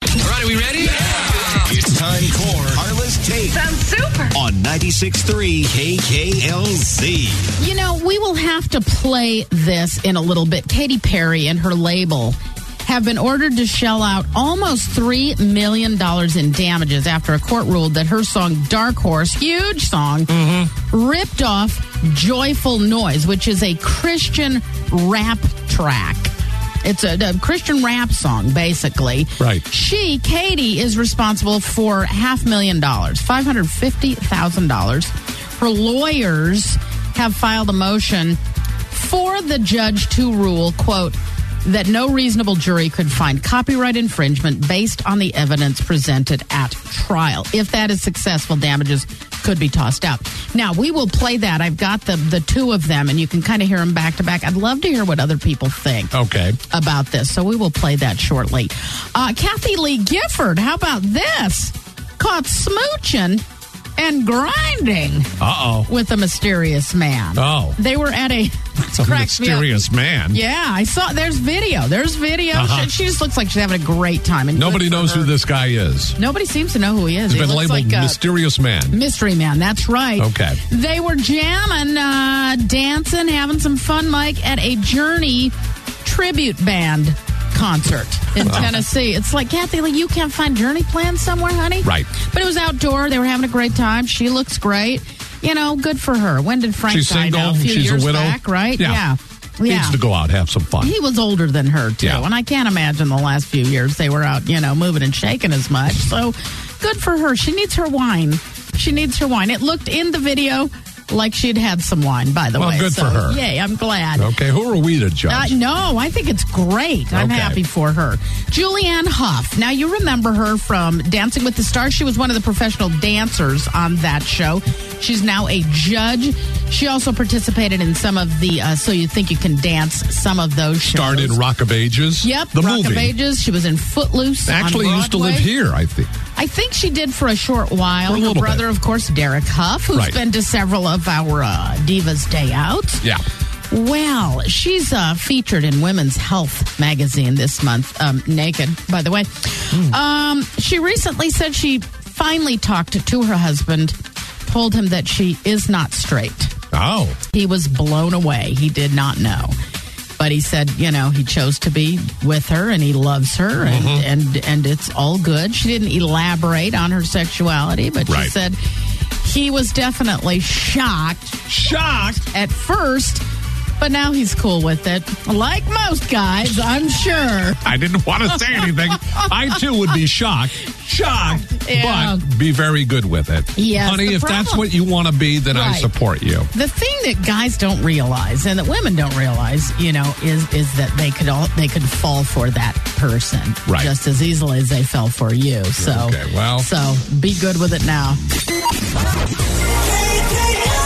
on. Are we ready? It's time for Carla's Take Sounds super. on 96.3 KKLZ. You know, we will have to play this in a little bit. Katy Perry and her label have been ordered to shell out almost $3 million in damages after a court ruled that her song Dark Horse, huge song, ripped off Joyful Noise, which is a Christian rap track. It's a, a Christian rap song, basically. Right. She, Katie, is responsible for half million dollars, five hundred fifty thousand dollars. Her lawyers have filed a motion for the judge to rule, quote, that no reasonable jury could find copyright infringement based on the evidence presented at trial. If that is successful, damages could be tossed out. Now we will play that. I've got the the two of them, and you can kind of hear them back to back. I'd love to hear what other people think Okay. about this, so we will play that shortly. Uh, Kathy Lee Gifford, how about this? Caught smooching and grinding Uh oh. with a mysterious man. Oh. They were at a. It's a cracks me up. mysterious man. Yeah, I saw. There's video. There's video. Uh-huh. She, she just looks like she's having a great time. And Nobody good for knows who her. this guy is. Nobody seems to know who he He's is. he been looks labeled like uh, a mysterious man. mystery man. That's right. Okay. They were jamming, uh, dancing, having some fun, Mike, at a Journey tribute band concert in Tennessee. It's like Kathy Lee, you can't find Journey plans somewhere, honey. Right. But it was outdoor. They were having a great time. She looks great. You know, good for her. When did Frank She's die? single. now? A few She's a years widow. back, right? Yeah. Yeah. Needs to go out, have some fun. He was older than her too, Yeah. and I can't imagine the last few years they were out, you know, moving and shaking as much. So good for her. She needs her wine. She needs her wine. It looked in the video like she'd had some wine, by the Well, way. good so, for her. Yay, I'm glad. Okay, who are we to Uh, judge? no, I think it's great. I'm Okay. happy for her. Julianne Hough. Now, you remember her from Dancing with the Stars. She was one of the professional dancers on that show. She's now a judge. She also participated in some of the uh, So You Think You Can Dance, some of those shows. Starred in Rock of Ages. Yep, the Rock movie. of Ages. She was in Footloose. on Actually, used to live Broadway. here, I think. I think she did for a short while. For a Her little brother, bit. of course, Derek Huff, who's Right. been to several of our uh, Divas Day Out. Yeah. Well, she's uh, featured in Women's Health magazine this month, um, naked, by the way. Hmm. Um, she recently said she finally talked to her husband, told him that she is not straight. Oh, He was blown away. He did not know. But he said, you know, he chose to be with her and he loves her and, Mm-hmm. and, and it's all good. She didn't elaborate on her sexuality, but she Right. said he was definitely shocked shocked. at first, but now he's cool with it. Like most guys, I'm sure. I didn't want to say anything. I too would be shocked. Shocked, Yeah. but be very good with it. Yes, Honey, the if that's problem- what you want to be, then I Right. support you. The thing that guys don't realize and that women don't realize, you know, is is that they could all they could fall for that person Right. just as easily as they fell for you. So Okay, well- so be good with it now. KKLZ.